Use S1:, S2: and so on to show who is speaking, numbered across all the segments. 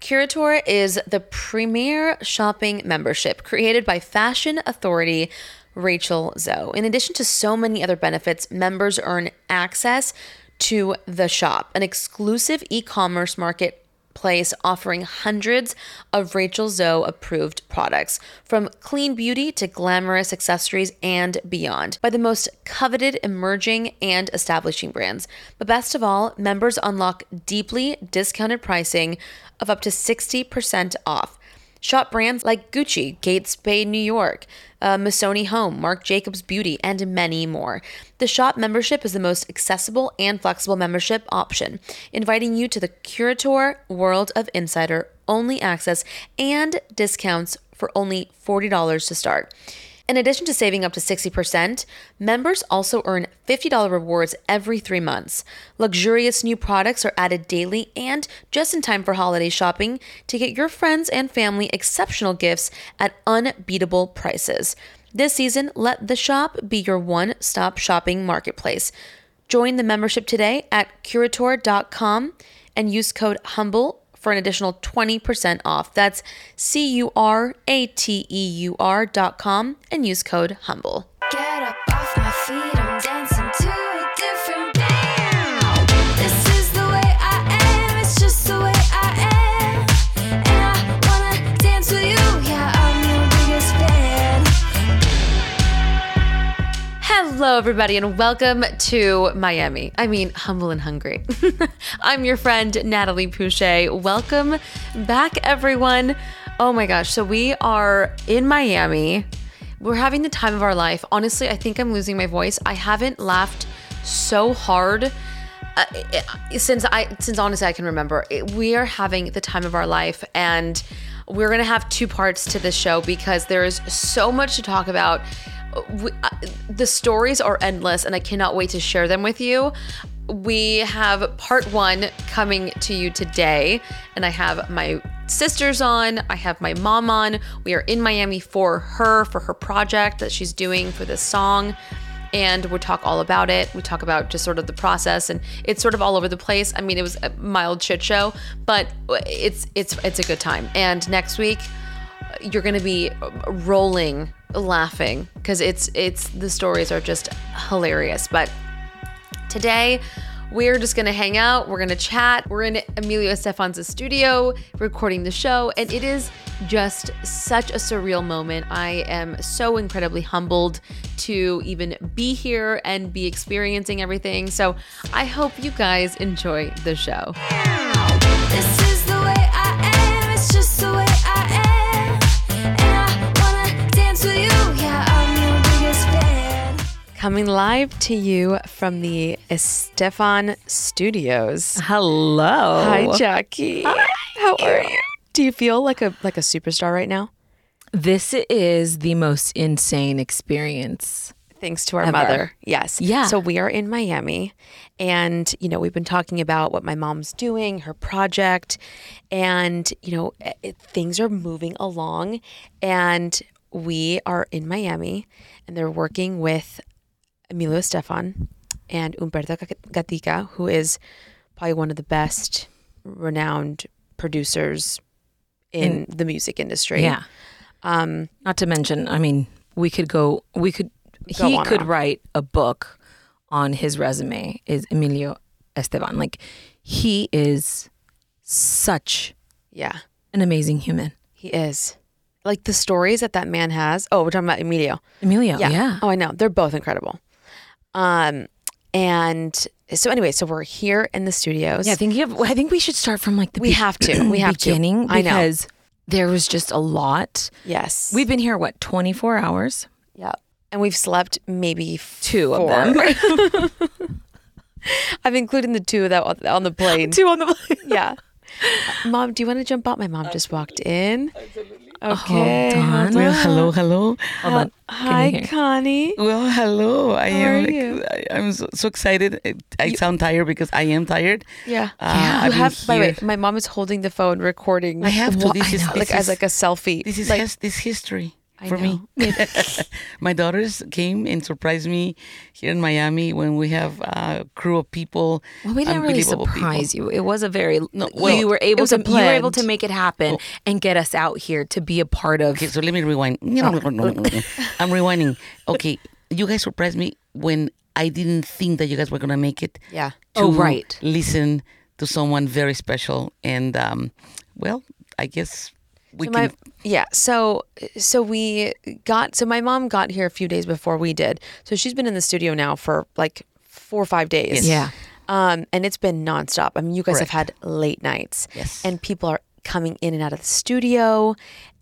S1: Curator is the premier shopping membership created by fashion authority Rachel Zoe. In addition to so many other benefits, members earn access to the shop, an exclusive e commerce marketplace offering hundreds of Rachel Zoe approved products, from clean beauty to glamorous accessories and beyond, by the most coveted emerging and establishing brands. But best of all, members unlock deeply discounted pricing of up to 60% off. Shop brands like Gucci, Gates Bay New York, uh, Missoni Home, Marc Jacobs Beauty, and many more. The shop membership is the most accessible and flexible membership option, inviting you to the Curator World of Insider only access and discounts for only $40 to start. In addition to saving up to 60%, members also earn $50 rewards every three months. Luxurious new products are added daily and just in time for holiday shopping to get your friends and family exceptional gifts at unbeatable prices. This season, let the shop be your one stop shopping marketplace. Join the membership today at curator.com and use code HUMBLE for an additional 20% off. That's C U R A T E U R.com and use code HUMBLE.
S2: Get up off my feet, I'm dancing to a different beat. This is the way I am, it's just the way I am. And I wanna dance with you, yeah, I'm your biggest fan.
S1: Hello, everybody, and welcome to Miami. I mean, humble and hungry. I'm your friend, Natalie Pouchet. Welcome back, everyone. Oh my gosh. So, we are in Miami. We're having the time of our life. Honestly, I think I'm losing my voice. I haven't laughed so hard uh, since I since honestly I can remember, it, we are having the time of our life, and we're gonna have two parts to this show because there is so much to talk about. We, uh, the stories are endless, and I cannot wait to share them with you. We have part one coming to you today, and I have my sisters on, I have my mom on. We are in Miami for her, for her project that she's doing for this song and we talk all about it. We talk about just sort of the process, and it's sort of all over the place. I mean, it was a mild shit show, but it's it's it's a good time. And next week, you're gonna be rolling, laughing because it's it's the stories are just hilarious. But today. We're just gonna hang out. We're gonna chat. We're in Emilio Stefan's studio recording the show, and it is just such a surreal moment. I am so incredibly humbled to even be here and be experiencing everything. So I hope you guys enjoy the show.
S2: This is the way I am, it's just the way I am. And I wanna dance with you, yeah, I'm your biggest fan.
S1: Coming live to you from the Estefan Studios.
S3: Hello.
S1: Oh. Hi, Jackie. How are you? Do you feel like a like a superstar right now?
S3: This is the most insane experience.
S1: thanks to our
S3: Ever.
S1: mother. Yes.
S3: Yeah.
S1: So we are in Miami and you know, we've been talking about what my mom's doing, her project, and you know, eh, eh, things are moving along and we are in Miami and they're working with Emilio Estefan and Umberto Gat- Gatica, who is probably one of the best renowned producers in, the music industry.
S3: Yeah. Um, Not to mention, I mean, we could go. We could.
S1: Go
S3: he
S1: on
S3: could
S1: now.
S3: write a book on his resume. Is Emilio Esteban like? He is such
S1: Yeah.
S3: an amazing human.
S1: He is. Like the stories that that man has. Oh, we're talking about Emilio.
S3: Emilio, yeah.
S1: Oh, I know. They're both incredible. Um, and so anyway, so we're here in the studios.
S3: Oh, Yeah, I think you have, I think we should start from like the
S1: We have to. We have to.
S3: beginning
S1: I know.
S3: because there was just a lot.
S1: yes.
S3: We've been here what 24 hours.
S1: yeah. And we've slept maybe
S3: Two of
S1: four.
S3: them.
S1: I'm including the two that were on the plane.
S3: Two on the plane.
S1: Yeah. Mom, do you want to jump out? My mom just walked in. Okay.
S3: Oh, Hold on.
S4: Well, hello, hello.
S3: Hold on. Can you
S1: Hi,
S3: hear?
S1: Connie.
S4: Well, hello. I
S1: How
S4: am.
S1: are you?
S4: I, I'm so, so excited. I, I sound tired because I am tired.
S1: Yeah.
S4: Uh, I've
S1: You
S4: been
S1: have, by the way,
S4: here-
S1: my mom is holding the phone recording.
S4: I have to.
S3: Wha-
S4: This
S3: I
S4: is,
S3: know.
S4: this
S1: like as
S4: is-
S1: like a selfie.
S4: this is
S1: like,
S4: his, this history
S1: I
S4: for me. my daughters came and surprised me here in Miami when we have a crew of people.
S3: Well, we didn't really
S4: unbelievable people.
S3: surprise you. It was a very
S4: well,
S3: you were able
S1: was
S3: to
S1: a
S3: you were able
S1: blend.
S3: to make it happen and get us out here to be a part of.
S4: Okay, so let me rewind. I'm rewinding. Okay, you guys surprised me when I didn't think that you guys were gonna make it.
S1: Yeah.
S4: to
S3: Oh, right.
S4: listen to someone very special. And um, well, I guess we
S1: So
S4: can.
S1: my, yeah. So so we got so my mom got here a few days before we did. So she's been in the studio now for like four or five days.
S3: Yeah.
S1: Um, and it's been nonstop. I mean, you guys have had late nights.
S4: Yes.
S1: And people are coming in and out of the studio.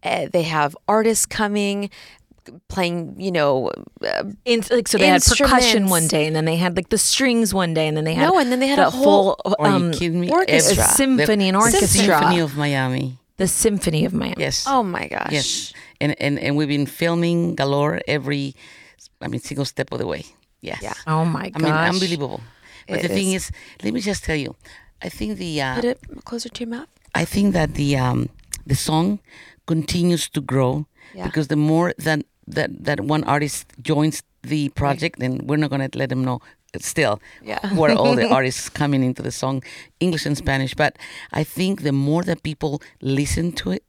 S1: Uh, they have artists coming, playing. You know, uh,
S3: In, like so, they had percussion
S1: Instruments.
S3: one day, and then they had like the strings one day, and then they had
S1: No, and then they had
S3: the
S1: a whole-
S3: full,
S4: are
S3: um,
S4: you kidding me?
S1: orchestra.
S4: Every-
S3: Symphony and
S4: the
S3: orchestra.
S4: Symphony of Miami.
S3: the symphony of Miami.
S4: Yes.
S1: oh my gosh.
S4: Yes. And and and we've been filming galore every, I mean, single step of the way. Yes.
S1: Yeah.
S3: Oh my
S4: I
S3: gosh!
S4: mean, unbelievable. But
S1: It
S4: the thing is, let me just tell you, I think the uh,
S1: Put it closer to your mouth.
S4: I think that the um, the song continues to grow
S1: Yeah.
S4: because the more that, that that one artist joins the project, then we're not gonna let them know still
S1: Yeah.
S4: who are all the artists coming into the song, English and Spanish. But I think the more that people listen to it,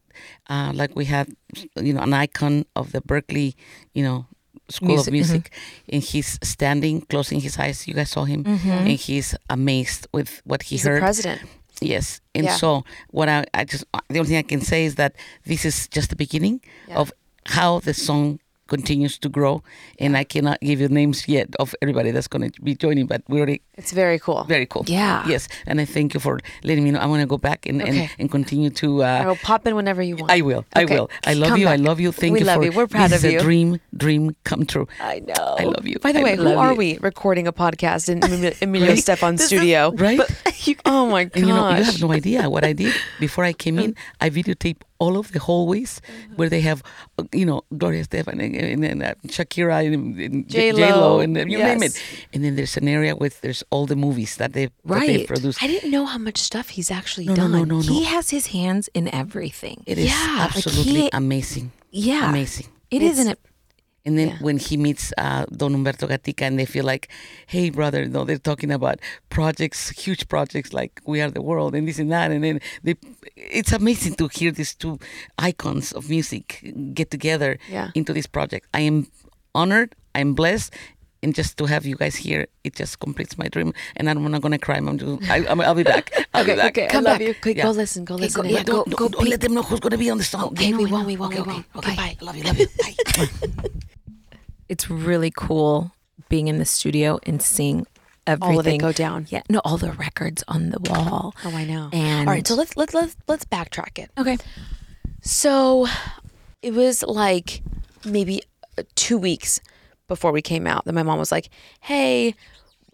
S4: uh, like we had, you know, an icon of the Berkeley, you know. School
S1: Mm-hmm.
S4: of Music, and he's standing, closing his eyes. You guys saw him, and he's amazed with what
S1: Mm-hmm.
S4: he
S1: He's
S4: heard.
S1: the president.
S4: Yes. And
S1: Yeah.
S4: so what I, I just uh, the only thing I can say is that this is just the beginning
S1: Yeah.
S4: of how the song continues to grow and I cannot give you names yet of everybody that's going to be joining but we're already
S1: It's very cool.
S4: very cool.
S3: Yeah.
S4: Yes. And I thank you for letting me know. I want to go back and,
S1: Okay.
S4: and, and continue to uh,
S1: I will pop in whenever you want.
S4: I will. I
S1: Okay.
S4: will. I love
S1: Come
S4: you. I
S1: back.
S4: love you. Thank
S1: we
S4: you
S1: love
S4: for
S1: you. We're proud
S4: this
S1: of
S4: is
S1: you.
S4: a dream dream come true.
S1: I know.
S4: I love you.
S1: By the
S4: I
S1: way, who
S4: love
S1: are
S4: you.
S1: we recording a podcast in Emilio- Emilio Stefan's studio?
S4: Right?
S1: oh my gosh.
S4: And you know, you have no idea what I did before I came in. I videotaped all of the hallways where they have, uh, you know, Gloria Stefan and, and, and uh, Shakira and, and J-
S1: J-Lo.
S4: J-Lo and uh, you name it.
S1: Yes.
S4: And then there's an area with there's all the movies that they that they've
S3: Right.
S4: produced.
S1: I didn't know how much stuff he's actually
S4: no, no,
S1: done.
S4: no, no, no.
S3: He has his hands in everything.
S4: It is
S1: Yeah, like
S4: absolutely
S3: he-
S4: amazing.
S3: yeah,
S4: Amazing.
S3: It is, isn't it.
S4: And then when he meets uh, Don Humberto Gatica and they feel like, hey, brother, no, they're talking about projects, huge projects like We Are the World and this and that. And then they, it's amazing to hear these two icons of music get together
S1: Yeah.
S4: into this project. I am honored, I'm blessed. And just to have you guys here, it just completes my dream. And I'm not gonna cry. I'm just, I, I'm, I'll be back. I'll be back.
S1: Come
S4: I love
S1: back.
S4: you.
S1: Quick,
S4: Yeah.
S1: go listen. Go listen.
S3: go-
S1: in.
S3: yeah,
S4: Don't, don't,
S3: go
S4: don't let them know who's gonna be on the song.
S1: Okay,
S4: You know,
S1: we
S4: you
S1: won't,
S4: know.
S1: we won't,
S4: Okay,
S1: we won't.
S4: Okay,
S1: Okay,
S4: bye.
S1: bye.
S4: Love you, love you. Bye.
S3: It's really cool being in the studio and seeing everything
S1: All of it go down.
S3: Yeah, no, all the records on the wall.
S1: Oh, I know.
S3: And
S1: All right, so let's let's let's let's backtrack it.
S3: okay,
S1: So it was like maybe uh, two weeks before we came out that my mom was like, hey,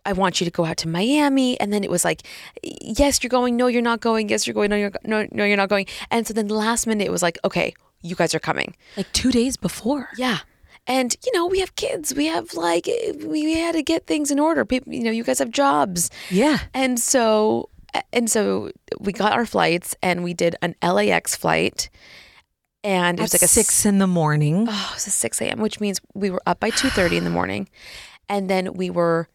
S1: I want you to go out to Miami. And then it was like, yes, you're going. No, you're not going. Yes, you're going. No, you're, go- no, no, you're not going. And so then last minute, it was like, okay, you guys are coming.
S3: like two days before.
S1: Yeah. And you know, we have kids. We have like we had to get things in order. People, you know, you guys have jobs.
S3: Yeah.
S1: And so and so we got our flights and we did an LAX flight. And it was
S3: At
S1: like a
S3: six in the morning.
S1: Oh, it was a six a.m., which means we were up by two thirty in the morning, and then we were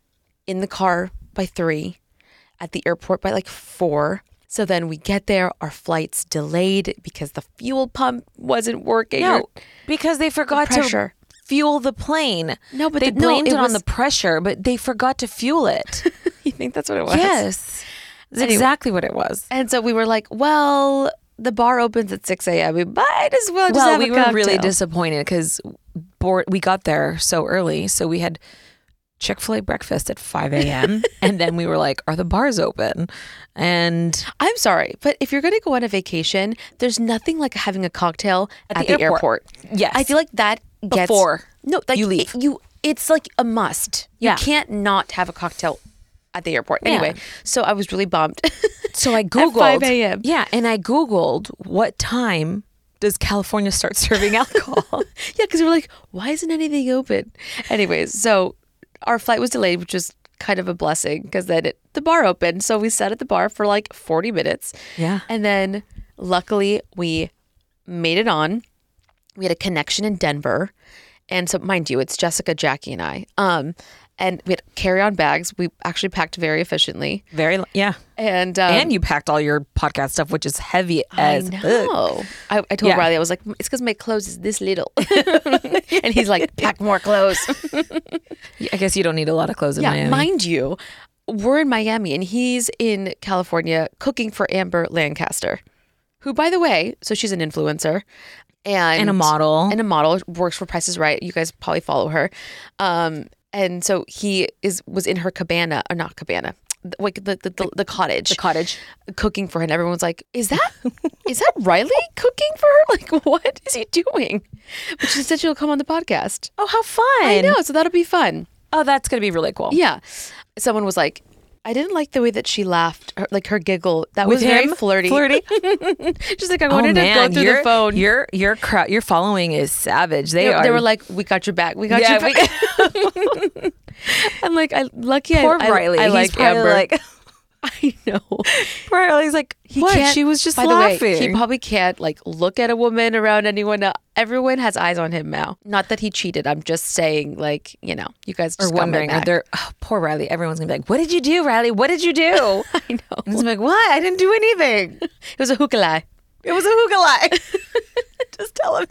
S1: in the car by three, at the airport by like four. So then we get there, our flight's delayed because the fuel pump wasn't working. or-
S3: No, because they forgot to
S1: pressure.
S3: fuel the plane.
S1: No, but
S3: they
S1: the- no,
S3: blamed
S1: it
S3: it,
S1: was-
S3: on the pressure, but they forgot to fuel it.
S1: you think that's what it was?
S3: yes, that's
S1: Anyway.
S3: exactly what it was.
S1: And so we were like, well, the bar opens at 6 a.m. We might as well just
S3: well,
S1: have
S3: we
S1: a
S3: were really
S1: cocktail.
S3: disappointed because we got there so early, so we had Chick Fil A breakfast at 5 a.m. and then we were like, "Are the bars open?" And
S1: I'm sorry, but if you're going to go on a vacation, there's nothing like having a cocktail at, the,
S3: the
S1: airport.
S3: airport. Yes.
S1: I feel like that gets
S3: Before
S1: no, like
S3: you leave.
S1: it- you it's like a must.
S3: Yeah.
S1: You can't not have a cocktail at the airport. Anyway,
S3: Yeah.
S1: so I was really bummed.
S3: so I googled
S1: At 5 a.m.
S3: Yeah, and I googled what time does California start serving alcohol?
S1: yeah, because we were like, why isn't anything open? Anyways, so our flight was delayed, which was kind of a blessing because then it, the bar opened. So we sat at the bar for like 40 minutes.
S3: Yeah.
S1: And then luckily we made it on. We had a connection in Denver. And so, mind you, it's Jessica, Jackie, and I. Um, and we had carry-on bags. We actually packed very efficiently.
S3: Very yeah.
S1: And um,
S3: and you packed all your podcast stuff, which is heavy
S1: I
S3: as ugh.
S1: know. I, I told
S3: Yeah.
S1: Riley, I was like, it's because my clothes is this little. and he's like, pack more clothes.
S3: I guess you don't need a lot of clothes in
S1: yeah,
S3: Miami.
S1: mind you, we're in Miami and he's in California cooking for Amber Lancaster, who, by the way, so she's an influencer and,
S3: And a model.
S1: and a model works for Price is Right. You guys probably follow her. Um, and so he is was in her cabana or not cabana, th- like the the, the, the cottage, the
S3: cottage.
S1: cooking for her. And everyone's like, "Is that is that Riley cooking for her? Like, what is he doing?" But she said she'll come on the podcast.
S3: oh, how fun!
S1: I know, so that'll be fun.
S3: Oh, that's gonna be really cool.
S1: Yeah. Someone was like, I didn't like the way that she laughed, her, like her giggle. That
S3: With
S1: was
S3: him,
S1: very flirty. Oh,
S3: Flirty. Oh,
S1: She's like, I wanted to go through
S3: your,
S1: the phone.
S3: Your your crowd, your following is savage. They
S1: they,
S3: are.
S1: they were like, we got your back. We got
S3: yeah,
S1: your back. I'm like, I lucky
S3: poor
S1: I, I,
S3: Riley.
S1: I
S3: He's
S1: like
S3: probably
S1: Amber.
S3: Like,
S1: I know.
S3: poor Riley's like,
S1: He
S3: what?
S1: can't-
S3: She was just
S1: by
S3: laughing.
S1: The way, he probably can't like look at a woman around anyone. Else. Everyone has eyes on him now. Not that he cheated. I'm just saying, like, you know, you guys
S3: are
S1: just got my
S3: wondering, are
S1: back.
S3: there, oh, poor Riley. Everyone's gonna be like, "What did you do, Riley? What did you do?" I know. And he's like, "What? I didn't do anything.
S1: It was a hookah lie.
S3: It was a hookah lie." just tell him.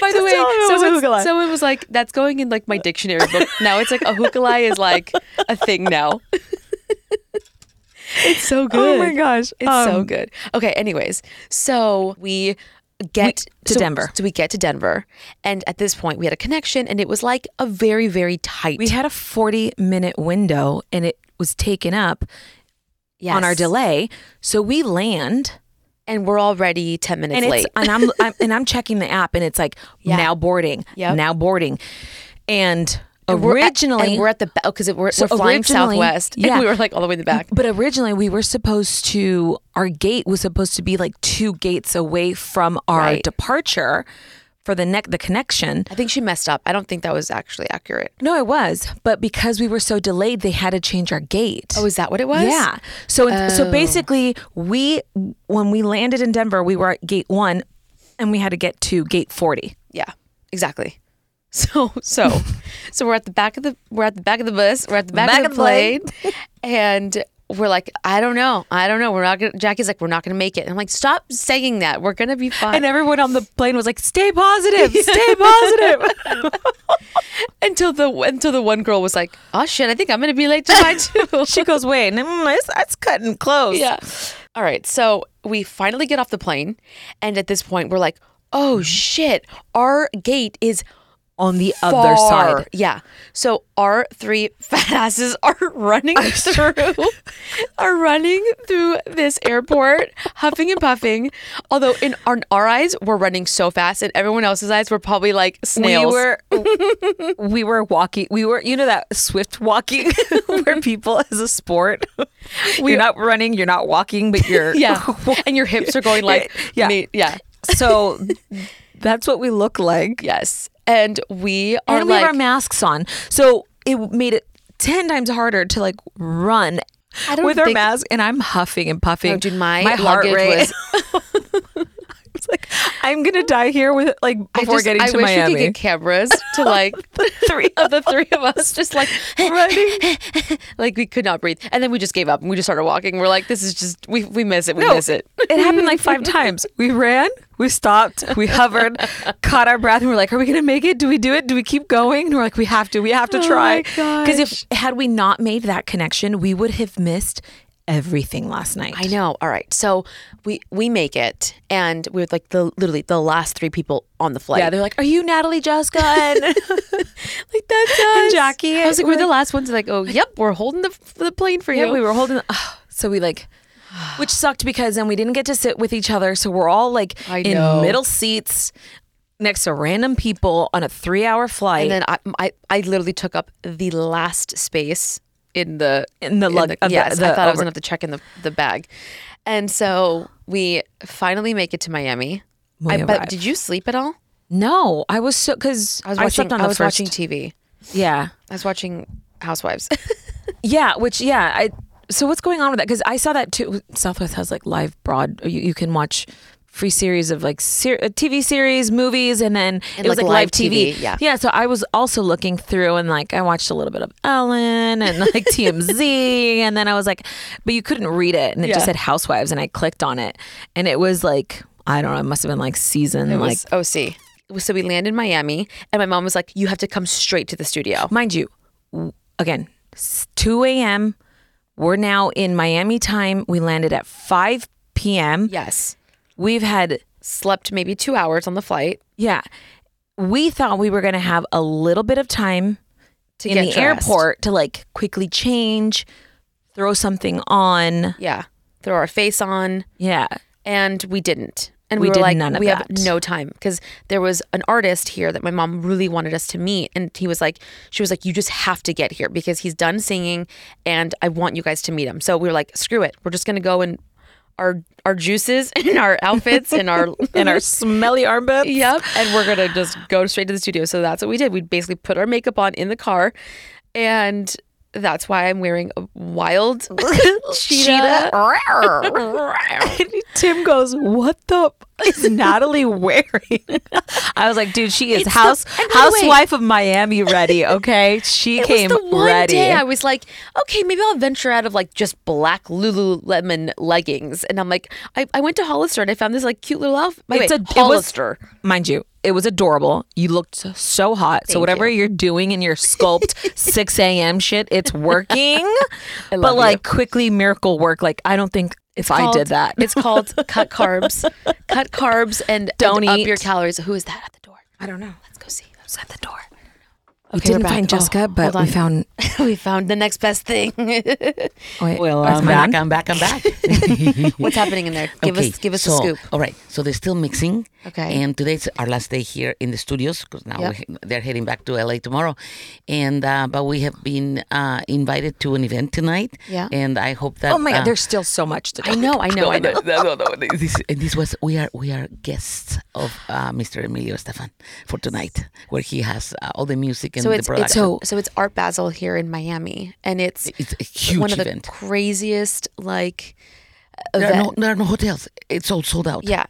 S1: By the way, someone, someone was like, "That's going in like my dictionary book." Now it's like a hookalai is like a thing now. it's so good. Um,
S3: oh my gosh,
S1: it's so good. Okay, anyways, so we get
S3: We- to
S1: so-
S3: Denver.
S1: So we get to Denver, and at this point, we had a connection, and it was like a very, very tight.
S3: We had a forty-minute window, and it was taken up
S1: yes.
S3: on our delay. So we land.
S1: and we're already ten minutes
S3: and
S1: late.
S3: It's, and I'm, I'm and I'm checking the app, and it's like
S1: Yeah.
S3: now boarding,
S1: Yep.
S3: now boarding, and
S1: And we're at-
S3: originally
S1: and we're at the back because we're,
S3: So
S1: we're flying
S3: originally-
S1: Southwest. and
S3: yeah.
S1: we were like all the way in the back.
S3: But originally, we were supposed to, our gate was supposed to be like two gates away from our
S1: Right.
S3: departure for the neck, the connection.
S1: I think she messed up. I don't think that was actually accurate.
S3: No, it was. But because we were so delayed, they had to change our gate.
S1: Oh, is that what it was?
S3: Yeah. So it
S1: Oh.
S3: so basically, we when we landed in Denver, we were at gate one, and we had to get to gate forty.
S1: Yeah, exactly. So so so we're at the back of the we're at the back of the bus. We're at the back, of the, plane, and we're like, I don't know, I don't know. We're not gonna. Jackie's like, we're not gonna make it. And I'm like, stop saying that. We're gonna be fine.
S3: And everyone on the plane was like, "Stay positive, stay positive."
S1: until the until the one girl was like, oh shit, I think I'm gonna be late to mine too.
S3: she goes, "Wait, mm, it's, it's cutting close."
S1: yeah. All right. So we finally get off the plane, and at this point, we're like, oh shit, our gate is
S3: on the other
S1: far.
S3: side.
S1: Yeah. So our three fat asses are running through, are running through this airport, huffing and puffing. Although in our, in our eyes, we're running so fast, and everyone else's eyes were probably like snails.
S3: We were we were walking. We were you know that swift walking where people as a sport. you're not running. You're not walking, but you're
S1: yeah, and your hips are going like
S3: Yeah.
S1: ma- yeah,
S3: So that's what we look like.
S1: yes. And we are
S3: and we
S1: like
S3: have our masks on, so it made it ten times harder to like run.
S1: I don't
S3: with our
S1: think-
S3: mask, and I'm huffing and puffing.
S1: Oh, dude, my,
S3: heart
S1: luggage
S3: rate.
S1: was.
S3: It's like I'm gonna die here with like
S1: I
S3: before
S1: just-
S3: getting
S1: I
S3: to
S1: wish
S3: Miami.
S1: we could get cameras to like
S3: three
S1: of the three of us just like
S3: running.
S1: like we could not breathe and then we just gave up and we just started walking we're like this is just we, we miss it we miss it
S3: It happened like five times. We ran, we stopped, we hovered, caught our breath, and we're like, "Are we gonna make it? Do we do it? Do we keep going?" And we're like, "We have to. We have to
S1: Oh
S3: try."
S1: my
S3: if had we not made that connection, we would have missed everything last night.
S1: I know. All right. So we we make it and we we're like the literally the last three people on the flight.
S3: Yeah, they're like, "Are you Natalie Jessica?" And
S1: like that's us.
S3: Jackie,
S1: I was like, we're, the
S3: like-
S1: last ones. Like, oh, yep, we're holding the, the plane for
S3: yeah,
S1: you.
S3: we were holding. ah, so we like, which sucked because then we didn't get to sit with each other. So we're all like
S1: I
S3: in
S1: know.
S3: middle seats next to random people on a three-hour flight.
S1: and then I, I I literally took up the last space in the
S3: In the lug- of the-
S1: yes, I
S3: the
S1: thought I was
S3: over-
S1: gonna have to check in the the bag, and so we finally make it to Miami.
S3: We
S1: I, but
S3: arrive.
S1: did you sleep at all?
S3: no, I was so because
S1: I was watching.
S3: slept on the
S1: I was
S3: first.
S1: watching TV.
S3: yeah,
S1: I was watching Housewives.
S3: yeah. Which yeah, I. So what's going on with that? Because I saw that too. Southwest has like live broad. You, you can watch free series of like ser- uh, TV series, movies, and then
S1: And,
S3: it was
S1: like,
S3: like
S1: live
S3: live
S1: TV,
S3: TV.
S1: yeah.
S3: Yeah. So I was also looking through and like I watched a little bit of Ellen and like TMZ, and then I was like, but you couldn't read it, and it
S1: Yeah.
S3: just said Housewives, and I clicked on it, and it was like I don't know, it must have been like season like
S1: It was OC. So we land in Miami, and my mom was like, "You have to come straight to the studio."
S3: mind you, w- again, s- 2 a.m. We're now in Miami time. We landed at 5 p.m.
S1: Yes,
S3: We've had,
S1: slept maybe two hours on the flight
S3: yeah, we thought we were going to have a little bit of time
S1: to
S3: in
S1: get
S3: the
S1: dressed.
S3: airport to like quickly change, throw something on.
S1: Yeah, throw our face on,
S3: Yeah.
S1: and we didn't. And we,
S3: We
S1: were
S3: did
S1: like,
S3: none of
S1: we have
S3: that.
S1: no time because there was an artist here that my mom really wanted us to meet, and he was like, she was like, you just have to get here because he's done singing, and I want you guys to meet him. So we were like, screw it, we're just gonna go and our our juices and our outfits and our
S3: And our smelly armband.
S1: Yep. And we're gonna just go straight to the studio. So that's what we did. We basically put our makeup on in the car, and that's why I'm wearing a wild cheetah.
S3: Tim goes, What the f- is Natalie wearing? I was like, Dude, she is
S1: It's the-
S3: house
S1: and by the way-
S3: housewife of Miami ready, okay? She
S1: It
S3: came
S1: was the one
S3: ready.
S1: day I was like, okay, maybe I'll venture out of like just black Lululemon leggings, and I'm like, I, I went to Hollister and I found this like cute little outfit. By the
S3: It's
S1: way,
S3: a- it was-
S1: Hollister.
S3: Mind you, it was adorable. You looked so hot. so whatever you. are doing in your sculpt 6 a.m. shit, it's working.
S1: love
S3: but
S1: you.
S3: like quickly miracle work. Like I don't think if I
S1: called-
S3: did that.
S1: It's called cut carbs, cut carbs, and
S3: Don't
S1: and up
S3: eat.
S1: your calories. Who is that at the door?
S3: I don't know.
S1: Let's go see.
S3: It's at the door.
S1: Okay,
S3: we didn't
S1: we're back.
S3: find
S1: Oh,
S3: Jessica,
S1: hold
S3: but
S1: on.
S3: we found
S1: we found the next best thing.
S3: wait,
S4: Well,
S3: that's
S4: I'm
S3: mine.
S4: back, I'm back, I'm back.
S1: What's happening in there? Give us give us
S4: so,
S1: a scoop.
S4: All right, so they're still mixing.
S1: Okay.
S4: And today's our last day here in the studios because now
S1: Yep.
S4: we- they're heading back to LA tomorrow, and uh, but we have been uh, invited to an event tonight.
S1: Yeah.
S4: And I hope that.
S3: Oh my
S4: uh,
S3: god, there's still so much to
S1: I know, I know, I know.
S4: no, no, no, no. This, and this was we are we are guests of uh, Mr. Emilio Estefan for tonight, where he has uh, all the music and
S1: So
S4: the
S1: it's,
S4: production.
S1: it's so so it's Art Basel here in Miami, and it's
S4: It's a huge
S1: one of the
S4: event.
S1: craziest like
S4: there, are
S1: event.
S4: no, there are no hotels. It's all sold out.
S1: yeah,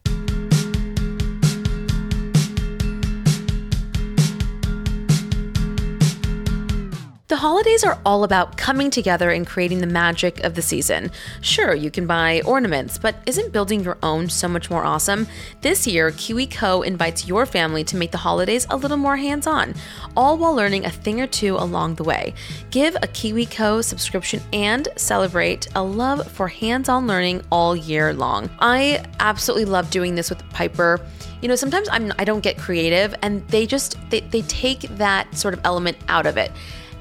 S1: The holidays are all about coming together and creating the magic of the season. Sure, you can buy ornaments, but isn't building your own so much more awesome? This year, Kiwi Co invites your family to make the holidays a little more hands-on, all while learning a thing or two along the way. Give a Kiwi Co subscription and celebrate a love for hands-on learning all year long. I absolutely love doing this with Piper. You know, sometimes I'm I don't get creative and they just they, they take that sort of element out of it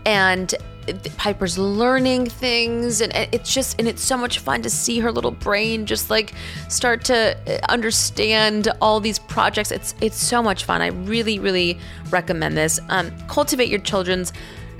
S1: and Piper's learning things, and it's just, and it's so much fun to see her little brain just like start to uh, understand all these projects. It's it's so much fun. I really really recommend this. Um, cultivate your children's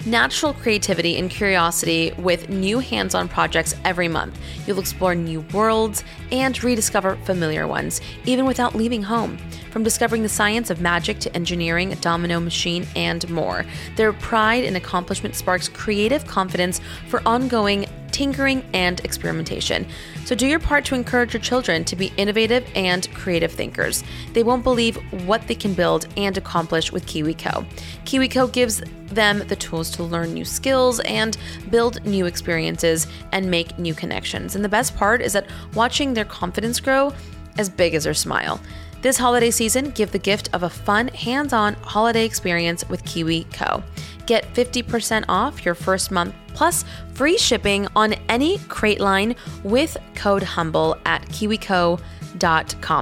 S1: natural creativity and curiosity with new hands-on projects every month. You'll explore new worlds and rediscover familiar ones, even without leaving home. From discovering the science of magic to engineering, a domino machine, and more, their pride and accomplishment sparks creative confidence for ongoing tinkering and experimentation. So do your part to encourage your children to be innovative and creative thinkers. They won't believe what they can build and accomplish with KiwiCo. KiwiCo gives them the tools to learn new skills and build new experiences and make new connections. And the best part is that watching their confidence grow as big as her smile. This holiday season, give the gift of a fun, hands on holiday experience with Kiwi Co. Get 50% off your first month plus free shipping on any crate line with code HUMBLE at kiwico.com.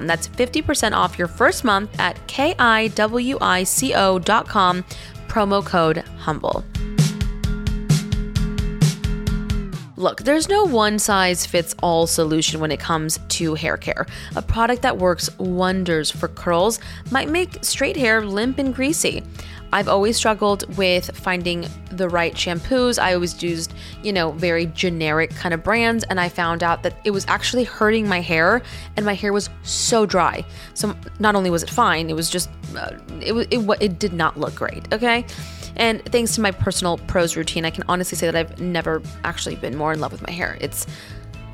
S1: That's 50% off your first month at kiwico.com, promo code HUMBLE. Look, there's no one size fits all solution when it comes to hair care. A product that works wonders for curls might make straight hair limp and greasy. I've always struggled with finding the right shampoos. I always used, you know, very generic kind of brands, and I found out that it was actually hurting my hair, and my hair was so dry. So not only was it fine, it was just, uh, it, wa- it, wa- it did not look great, okay? And thanks to my personal pros routine, I can honestly say that I've never actually been more in love with my hair. It's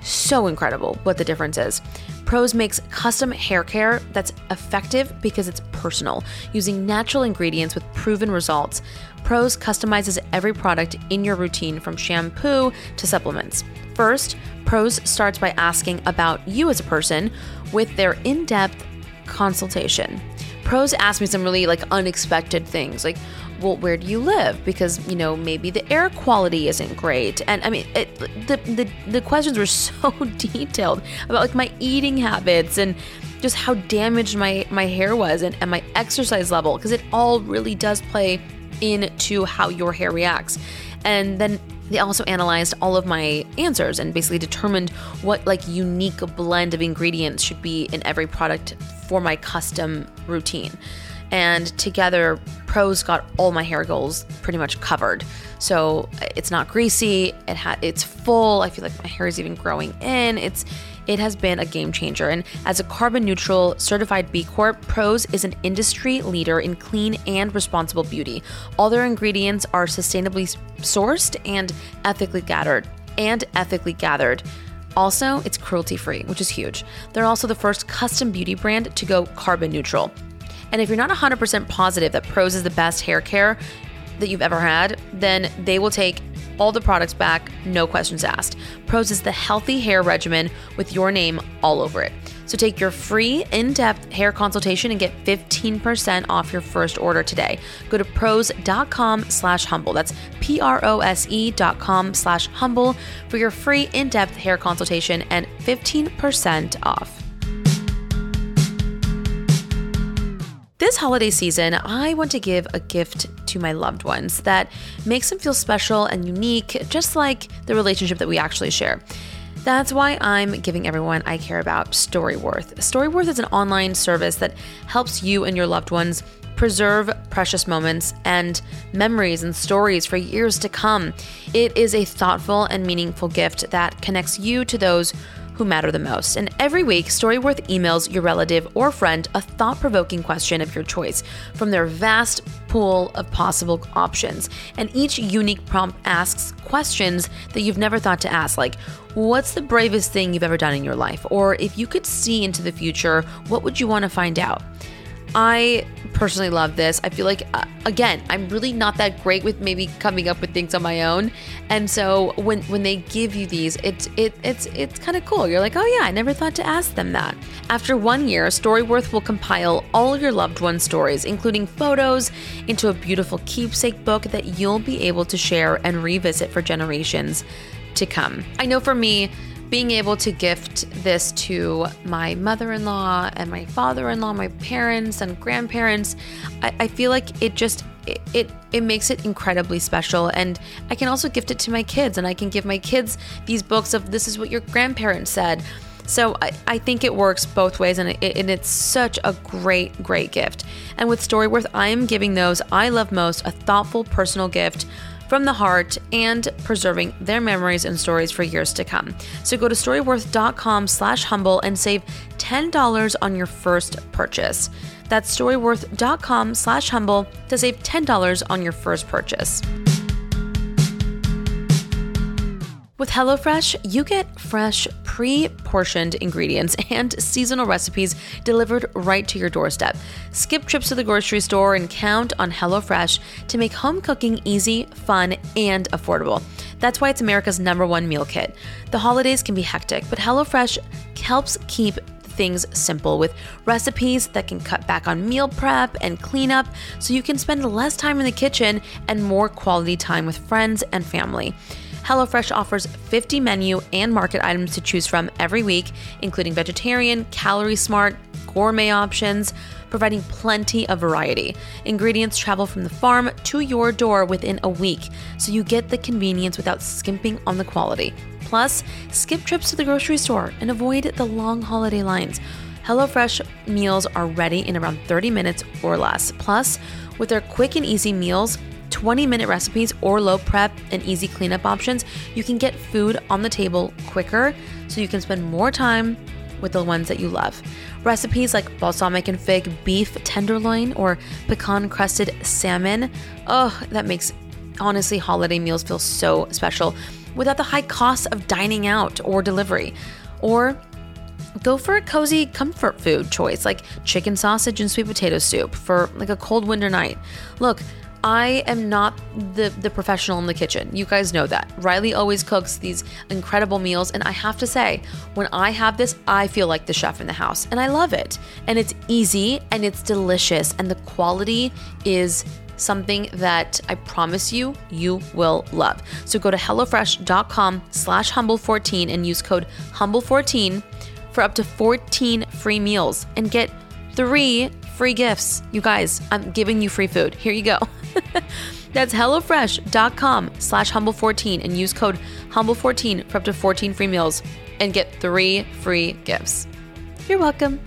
S1: so incredible what the difference is. Pros makes custom hair care that's effective because it's personal, using natural ingredients with proven results. Pros customizes every product in your routine from shampoo to supplements. First, Pros starts by asking about you as a person with their in depth consultation. Pros asked me some really like unexpected things like, well, where do you live? Because you know maybe the air quality isn't great, and I mean it, the, the the questions were so detailed about like my eating habits and just how damaged my my hair was and, and my exercise level because it all really does play into how your hair reacts, and then they also analyzed all of my answers and basically determined what like unique blend of ingredients should be in every product for my custom routine and together pros got all my hair goals pretty much covered so it's not greasy it ha- it's full i feel like my hair is even growing in it's it has been a game changer and as a carbon neutral certified b corp pros is an industry leader in clean and responsible beauty all their ingredients are sustainably s- sourced and ethically gathered and ethically gathered also, it's cruelty free, which is huge. They're also the first custom beauty brand to go carbon neutral. And if you're not 100% positive that Pros is the best hair care that you've ever had, then they will take all the products back, no questions asked. Pros is the healthy hair regimen with your name all over it. So take your free in-depth hair consultation and get 15% off your first order today. Go to pros.com slash humble. That's P-R-O-S-E E dot com slash humble for your free in-depth hair consultation and 15% off. This holiday season, I want to give a gift to my loved ones that makes them feel special and unique, just like the relationship that we actually share. That's why I'm giving everyone I care about Storyworth. Storyworth is an online service that helps you and your loved ones preserve precious moments and memories and stories for years to come. It is a thoughtful and meaningful gift that connects you to those who matter the most. And every week, Storyworth emails your relative or friend a thought provoking question of your choice from their vast pool of possible options. And each unique prompt asks questions that you've never thought to ask, like, What's the bravest thing you've ever done in your life? Or if you could see into the future, what would you want to find out? I personally love this. I feel like, uh, again, I'm really not that great with maybe coming up with things on my own, and so when when they give you these, it's it it's it's kind of cool. You're like, oh yeah, I never thought to ask them that. After one year, Storyworth will compile all your loved ones' stories, including photos, into a beautiful keepsake book that you'll be able to share and revisit for generations to come. I know for me, being able to gift this to my mother in law and my father in law, my parents and grandparents, I, I feel like it just. It, it it makes it incredibly special and I can also gift it to my kids and I can give my kids these books of this is what your grandparents said. So I, I think it works both ways and, it, and it's such a great, great gift. And with Storyworth, I am giving those I love most a thoughtful personal gift from the heart and preserving their memories and stories for years to come. So go to storyworth.com slash humble and save $10 on your first purchase. That's storyworth.com slash humble to save $10 on your first purchase. With HelloFresh, you get fresh, pre portioned ingredients and seasonal recipes delivered right to your doorstep. Skip trips to the grocery store and count on HelloFresh to make home cooking easy, fun, and affordable. That's why it's America's number one meal kit. The holidays can be hectic, but HelloFresh helps keep things simple with recipes that can cut back on meal prep and cleanup so you can spend less time in the kitchen and more quality time with friends and family. HelloFresh offers 50 menu and market items to choose from every week, including vegetarian, calorie smart, gourmet options, providing plenty of variety. Ingredients travel from the farm to your door within a week, so you get the convenience without skimping on the quality. Plus, skip trips to the grocery store and avoid the long holiday lines. HelloFresh meals are ready in around 30 minutes or less. Plus, with their quick and easy meals, 20 minute recipes or low prep and easy cleanup options, you can get food on the table quicker so you can spend more time with the ones that you love. Recipes like balsamic and fig beef tenderloin or pecan crusted salmon. Oh, that makes honestly holiday meals feel so special without the high cost of dining out or delivery. Or go for a cozy comfort food choice like chicken sausage and sweet potato soup for like a cold winter night. Look, I am not the the professional in the kitchen. You guys know that. Riley always cooks these incredible meals and I have to say, when I have this, I feel like the chef in the house and I love it. And it's easy and it's delicious and the quality is something that I promise you you will love. So go to hellofresh.com/humble14 slash humble14 and use code humble14 for up to 14 free meals and get three free gifts. You guys, I'm giving you free food. Here you go. That's HelloFresh.com slash Humble14 and use code Humble14 for up to 14 free meals and get three free gifts. You're welcome.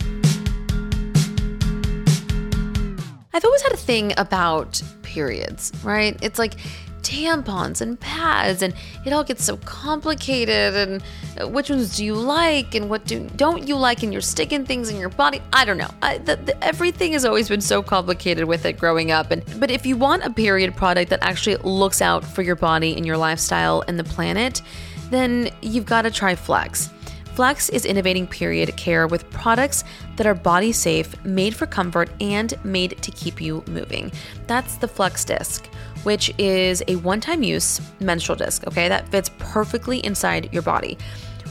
S1: I've always had a thing about periods, right? It's like tampons and pads and it all gets so complicated and uh, which ones do you like and what do don't you like and you're sticking things in your body i don't know I, the, the, everything has always been so complicated with it growing up and but if you want a period product that actually looks out for your body and your lifestyle and the planet then you've got to try flex Flex is innovating period care with products that are body safe, made for comfort, and made to keep you moving. That's the Flex Disc, which is a one time use menstrual disc, okay, that fits perfectly inside your body.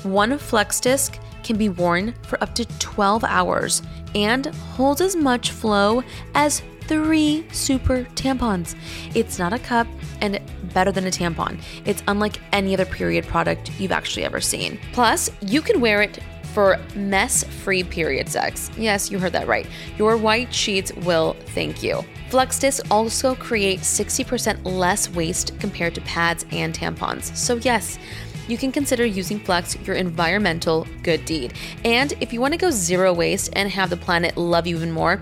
S1: One Flex Disc can be worn for up to 12 hours and holds as much flow as three super tampons. It's not a cup and better than a tampon. It's unlike any other period product you've actually ever seen. Plus, you can wear it for mess free period sex. Yes, you heard that right. Your white sheets will thank you. Fluxdisc also create 60% less waste compared to pads and tampons. So, yes, you can consider using Flex your environmental good deed. And if you want to go zero waste and have the planet love you even more,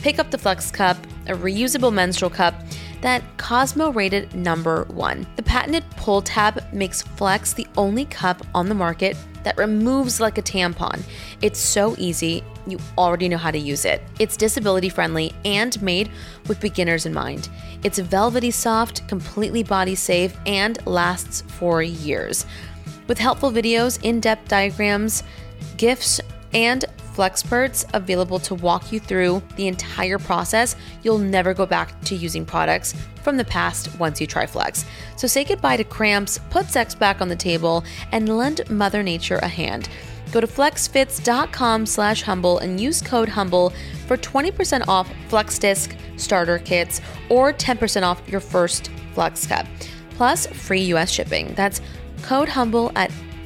S1: pick up the Flex Cup, a reusable menstrual cup that Cosmo rated number one. The patented pull tab makes Flex the only cup on the market that removes like a tampon. It's so easy, you already know how to use it. It's disability friendly and made with beginners in mind. It's velvety soft, completely body safe, and lasts for years. With helpful videos, in depth diagrams, gifts, and FlexPerts available to walk you through the entire process. You'll never go back to using products from the past once you try Flex. So say goodbye to cramps, put sex back on the table, and lend Mother Nature a hand. Go to flexfits.com slash humble and use code humble for 20% off Flex Disc starter kits or 10% off your first Flex Cup, plus free US shipping. That's code humble at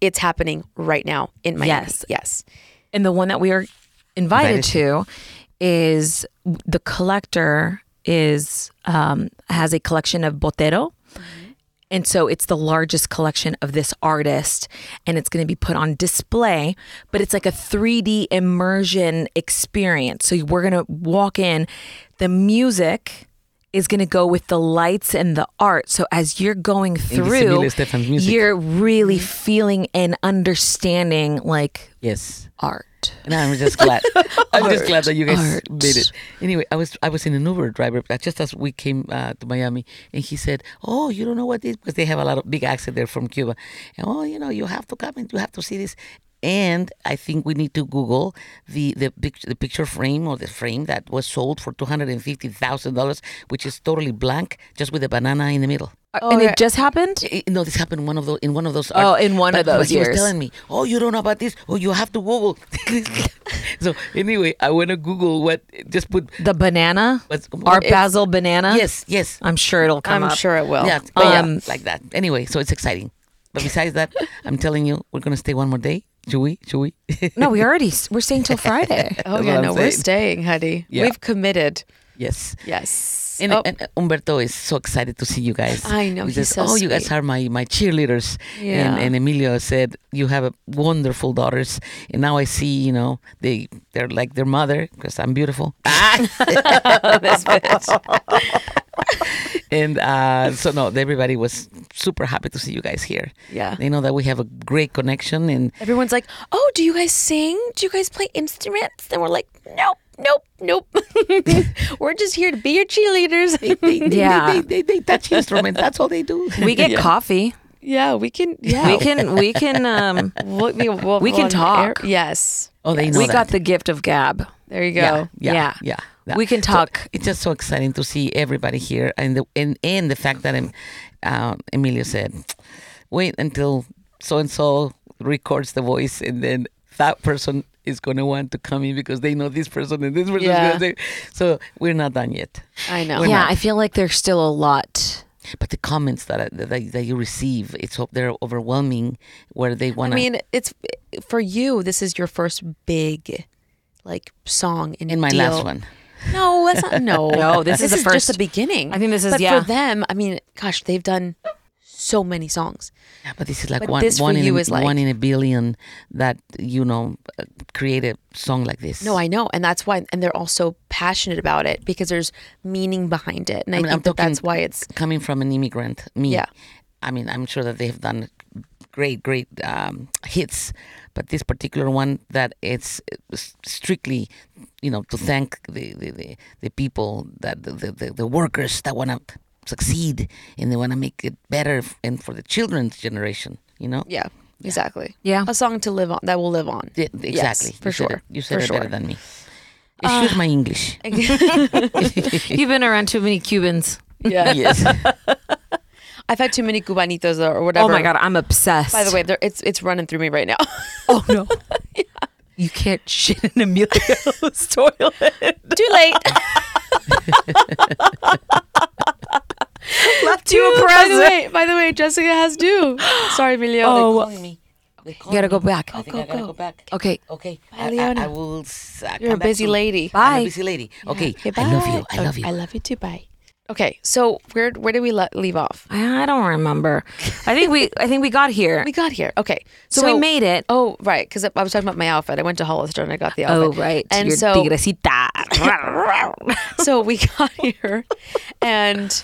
S1: it's happening right now in Miami.
S3: Yes.
S1: Yes.
S3: And the one that we are invited,
S5: Invited
S3: to is the collector is um, has a collection of Botero, And so it's the largest collection of this artist and it's going to be put on display, but it's like a 3D immersion experience. So we're going to walk in, the music is going to go with the lights and the art. So as you're going through,
S4: Invisibilia Stefan's music.
S3: you're really feeling and understanding like
S4: Yes.
S3: art.
S4: No, I'm just glad. I'm just glad that you guys
S3: Art.
S4: made it. Anyway, I was I was in an Uber driver uh, just as we came uh, to Miami, and he said, "Oh, you don't know what this because they have a lot of big accent there from Cuba. And, oh, you know, you have to come and you have to see this." And I think we need to Google the the, pic- the picture frame or the frame that was sold for two hundred and fifty thousand dollars, which is totally blank, just with a banana in the middle.
S3: Uh,
S1: Oh,
S3: and it just happened?
S4: Eh, eh, No, this happened one of those in one of those.
S3: Oh, in one of
S4: but- but
S3: those
S4: he was
S3: years.
S4: telling me, "Oh, you don't know about this. Oh, you have to Google." so anyway, I went to Google what. Just put.
S3: The banana?
S4: What's-
S3: Our
S4: It's-
S3: basil banana?
S4: Yes, yes.
S3: I'm sure it'll come
S1: I'm
S3: up.
S1: sure it will.
S4: yeah, but yeah,
S3: um,
S4: like that. Anyway, so it's exciting. But besides that, I'm telling you, we're gonna stay one more day. Should we? Should we?
S3: No, we already we're staying till Friday.
S1: Oh
S4: That's
S1: yeah,
S4: what I'm
S1: no, we're
S4: saying.
S1: staying, honey.
S4: Yeah.
S1: We've committed.
S4: yes.
S1: Yes.
S4: And,
S1: Oh,
S4: and Umberto is so excited to see you guys.
S1: I know,
S4: He
S1: he's
S4: says,
S1: so
S4: "Oh, you guys
S1: sweet."
S4: are my my cheerleaders."
S1: Yeah.
S4: And, and Emilio said, "You have a wonderful daughters." And now I see, you know, they they're like their mother because I'm beautiful.
S1: this bitch.
S4: and uh, so no, everybody was super happy to see you guys here.
S1: Yeah.
S4: They know that we have a great connection, and
S1: Everyone's like, "Oh, do you guys sing? Do you guys play instruments?" And we're like, "Nope, nope, nope. we're just here to be your cheerleaders."
S4: they, they,
S3: Yeah.
S4: they, they, they touch instruments. That's all they do.
S3: We get coffee.
S1: yeah, we can. Yeah,
S3: We can we can um
S1: We'll, we, we'll,
S3: We
S1: on
S3: can
S1: air-
S3: talk.
S1: Yes.
S4: oh, they know
S3: we
S4: that.
S3: got the gift of gab.
S1: There you go.
S4: Yeah,
S3: Yeah.
S4: yeah, yeah.
S3: We can
S4: So
S3: talk.
S4: it's just so exciting to see everybody here, and the and, and the fact that um, uh, Emilio said, "Wait until so and so records the voice, and then that person is going to want to come in because they know this person and this person."
S1: Yeah.
S4: Is gonna say. So we're not done yet.
S1: I know.
S3: yeah, I feel like there's still a lot.
S4: But the comments that that, that you receive, it's hope they're overwhelming, where they want
S1: I
S4: to.
S1: mean, it's for you. This is your first big, like, song in
S4: in my last one.
S1: No, that's not. No,
S3: No, this is the
S1: just the
S3: first-
S1: beginning.
S3: I think this is-
S1: But
S3: yeah.
S1: for them, I mean, gosh, they've done so many songs.
S4: Yeah, but this is like
S1: But
S4: one,
S1: this for
S4: one, in
S1: you
S4: a,
S1: is like-
S4: one in a billion that you know uh, create a song like this.
S1: No, I know, and that's why, and they're all so passionate about it because there's meaning behind it, and I,
S4: mean, I'm
S1: think that that's
S4: talking-
S1: why it's
S4: coming from an immigrant, me.
S1: Yeah.
S4: I mean, I'm sure that they have done great, great um, hits, but this particular one that it's s- strictly, you know, to thank the the, the, the people that the, the- the, the workers that want to succeed and they want to make it better f- and for the children's generation, you know.
S1: yeah, exactly,
S3: Yeah.
S1: a song to live on that will live on.
S4: Yeah, exactly.
S1: for
S4: You said
S1: sure.
S4: it- you said
S1: For
S4: it
S1: sure.
S4: better
S1: Ah.
S4: than me. Excuse my English.
S3: You've been around too many Cubans.
S1: Yeah,
S4: yes.
S1: I've had too many cubanitos or whatever.
S3: Oh my god, I'm obsessed.
S1: By the way, they're- it's it's running through me right now.
S3: oh no. You can't shit in Emilio's toilet.
S1: Too late. Left you a present. By the, way, by the way, Jessica has due. Sorry, Emilio.
S3: Oh,
S4: me. You
S3: you gotta go back.
S4: I think I gotta go, back.
S3: Okay.
S4: Okay.
S1: Bye,
S4: I,
S1: Leona.
S4: I, I will. s- uh,
S1: You're
S4: come
S1: a
S4: back
S1: busy
S4: soon.
S1: lady.
S4: I'm
S3: Bye.
S4: a busy lady. Okay.
S1: Okay,
S4: I love you.
S1: bye.
S4: I love you.
S1: I love you too. Bye. Okay, so where where did we le- leave off?
S3: I I don't remember. I think we I think we got here.
S1: We got here. Okay,
S3: So, we made it.
S1: Oh right, because I was talking about my outfit. I went to Hollister and I got the outfit.
S3: Oh, right.
S1: And
S3: Your
S1: so
S3: tigrecita.
S1: so we got here and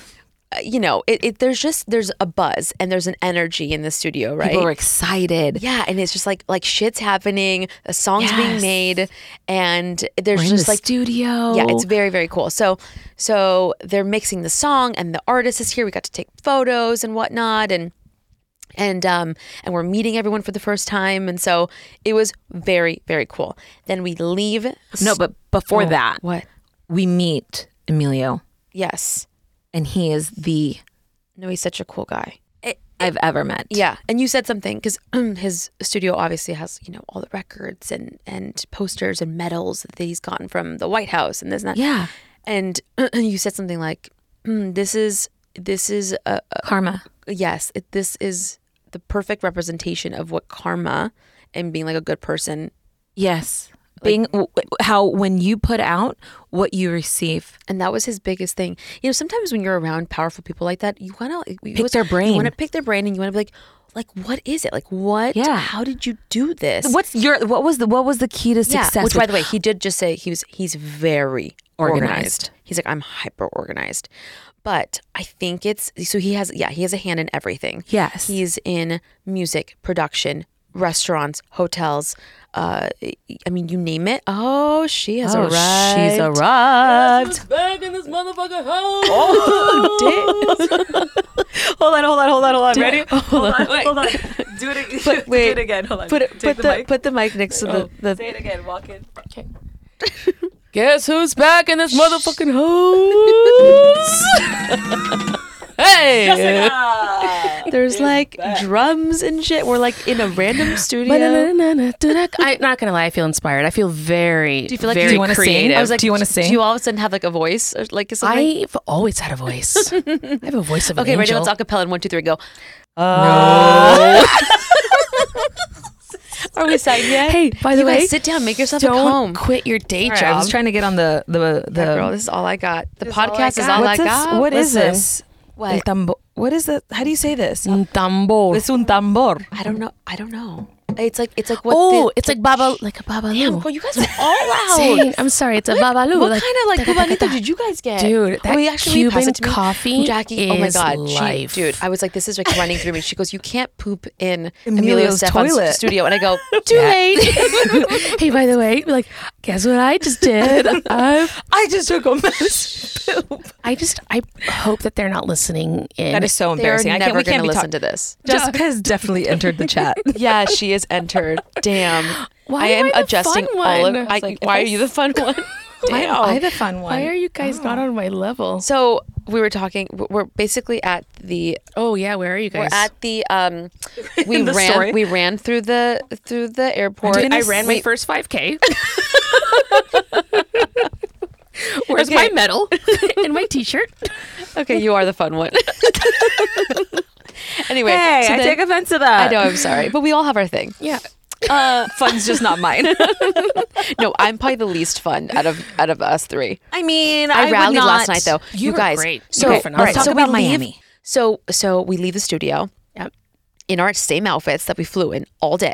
S1: uh, you know it, it there's just there's a buzz and there's an energy in the studio right
S3: People were excited.
S1: yeah and it's just like like shit's happening a song's being
S3: Yes.
S1: made and there's
S3: We're in
S1: just
S3: the
S1: like
S3: studio.
S1: yeah it's very very cool so so they're mixing the song and the artist is here we got to take photos and whatnot and and um and we're meeting everyone for the first time and so it was very very cool then we leave
S3: no, but before that,
S1: what
S3: we meet Emilio,
S1: yes
S3: and he is the
S1: no he's such a cool guy
S3: I've ever met.
S1: Yeah, and you said something because his studio obviously has you know all the records and and posters and medals that he's gotten from the White House and this and that.
S3: Yeah.
S1: and you said something like, "Mm, "This is this is a, a
S3: Karma.
S1: yes, it, this is the perfect representation of what karma and being like a good person
S3: Yes. being w- how when you put out what you receive.
S1: And that was his biggest thing. You know, sometimes when you're around powerful people like that, you want to
S3: Pick their
S1: You want
S3: brain.
S1: to pick their brain, and you want to be like, like, what is it? Like, what?
S3: Yeah.
S1: How did you do this?
S3: What's your what was the what was the key to success?
S1: Yeah, which, by
S3: Like,
S1: the way, he did just say he was he's very organized.
S3: Organized.
S1: He's like I'm hyper organized, but I think it's so he has yeah he has a hand in everything.
S3: Yes.
S1: he's in music production, restaurants, hotels. Uh, I mean, you name it. Oh, she has
S3: Oh,
S1: arrived.
S3: she's arrived.
S1: Oh,
S3: Hold on, hold on, hold on, hold on. Ready? Hold on, hold on. Do it again.
S1: Put- wait.
S3: again. Hold on.
S1: Put it, put the, put the mic next to the, the
S3: Oh. it again. Walk in. Okay.
S4: Guess who's back in this motherfucking house? hey,
S1: there's like drums and shit. We're like in a random studio.
S6: I'm not gonna lie. I feel inspired. I feel very, do you feel like very
S3: you wanna sing?
S6: creative.
S3: I was like, Do you wanna
S1: Do
S3: sing?
S1: you all of a sudden have like a voice? Or, like is something?
S6: I've always had a voice. I have a voice of an
S1: okay, ready?
S6: angel.
S1: Let's acapella. in One, two, three, go. Are we signed yet?
S6: Hey, by the
S1: you
S6: way,
S1: guys sit down, make yourself
S6: don't
S1: at home.
S6: quit your day
S3: All right,
S6: job.
S3: I was trying to get on the the the.
S1: Yeah, girl, this is all I got. The podcast is all I
S3: What's this-
S1: got.
S3: What is
S1: Listen.
S3: this?
S1: What?
S3: El tambo- What is that? How do you say this?
S6: Mm, tambor.
S3: Es un tambor.
S1: I don't know. I don't know. It's like it's like what?
S6: oh,
S1: the-
S6: it's like baba, like a babaloo.
S1: Damn, girl, you guys are all loud.
S6: Dang, I'm sorry, it's a
S1: What-
S6: babaloo.
S1: What
S6: like,
S1: kind of like
S6: da- da- da- da-
S1: bubanito
S6: da.
S1: did you guys get,
S6: Dude, that
S1: Oh, you actually pass
S6: Cuban
S1: it to me?
S6: coffee
S1: Jackie. oh my
S6: is
S1: god,
S6: life.
S1: She, dude, I was like, this is like running through me. She goes, you can't poop in Emilio
S3: Emilio's
S1: Stefan's
S3: toilet.
S1: studio, and I go, too late.
S6: hey, by the way, like, guess what I just did? I,
S3: I just took a mess.
S6: I just, I hope that they're not listening. In.
S3: that is so
S1: They're
S3: embarrassing. I can't.
S1: never
S3: We
S1: going
S3: can't
S1: to
S3: be
S1: listen
S3: talking.
S1: to this.
S3: Jessica has definitely entered the chat.
S1: Yeah, she is entered. Damn.
S6: Why
S1: I
S6: am
S1: am
S6: I the
S1: adjusting
S6: fun
S1: all of.
S6: one?
S1: I,
S6: It's like, if
S1: why
S6: I
S1: are you the fun one? Damn.
S3: I the fun one.
S6: Why are you guys not on my level?
S1: Oh. So we were talking. We're basically at the.
S6: Oh yeah, where are you
S1: We're
S6: guys?
S1: at the. Um, we
S3: the
S1: ran.
S3: story.
S1: We ran through the through the airport.
S6: Dude, I ran my
S1: Wait,
S6: first 5K. Where's my medal and my T-shirt?
S1: Okay, you are the fun one. anyway,
S3: Hey,
S1: so
S3: I
S1: then-
S3: take offense to that.
S1: I know. I'm sorry, but we all have our thing.
S6: Yeah.
S1: Uh,
S3: Fun's just not mine.
S1: no, I'm probably the least fun out of out of us three.
S3: I mean,
S1: I,
S3: would
S1: rallied
S3: not-
S1: last night though.
S6: You were
S1: guys,
S6: great.
S1: So
S6: You were
S1: let's
S6: phenomenal.
S1: talk
S3: So we
S1: about leave.
S3: Miami.
S1: So so we leave the studio
S6: Yep.
S1: in our same outfits that we flew in all day.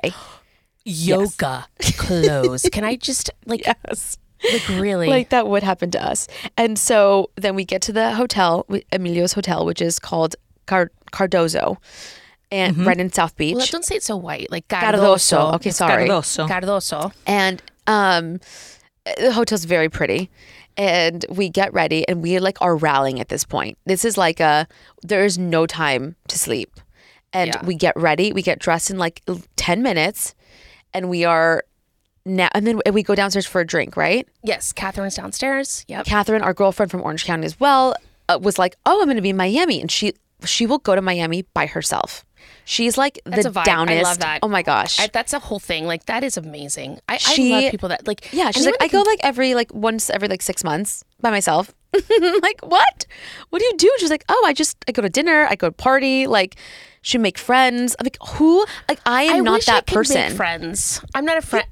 S6: Yoga clothes. Can I just like
S1: Yes.
S6: like really?
S1: Like that would happen to us. And so then we get to the hotel, we- Emilio's hotel, which is called Car- Cardozo, and right in South Beach.
S6: well, don't say it so white. Like
S1: Cardozo.
S6: Cardoso.
S1: Okay, sorry.
S3: Cardoso.
S6: Cardoso.
S1: and um the hotel's very pretty and we get ready and we like are rallying at this point this is like a there's no time to sleep and we get ready we get dressed in like 10 minutes and we are now and then we go downstairs for a drink right
S6: Yes, Catherine's downstairs. Yep.
S1: Catherine, our girlfriend from Orange County as well, uh, was like, "Oh, I'm going to be in Miami," and she she will go to Miami by herself. She's like
S6: That's
S1: the
S6: a vibe. I
S1: downest.
S6: love that.
S1: Oh my gosh.
S6: I, that's a whole thing. Like that is amazing. I,
S1: She-
S6: I love people that like.
S1: yeah, she's like,
S6: anyone
S1: I
S6: that
S1: go like every like once every like six months by myself. I'm like, what? What do you do? She's like, oh, I just I go to dinner, I go to party, like she make friends. I'm like, who? Like I am
S6: I
S1: not
S6: wish
S1: that
S6: I could
S1: person.
S6: Make friends. I'm not a friend.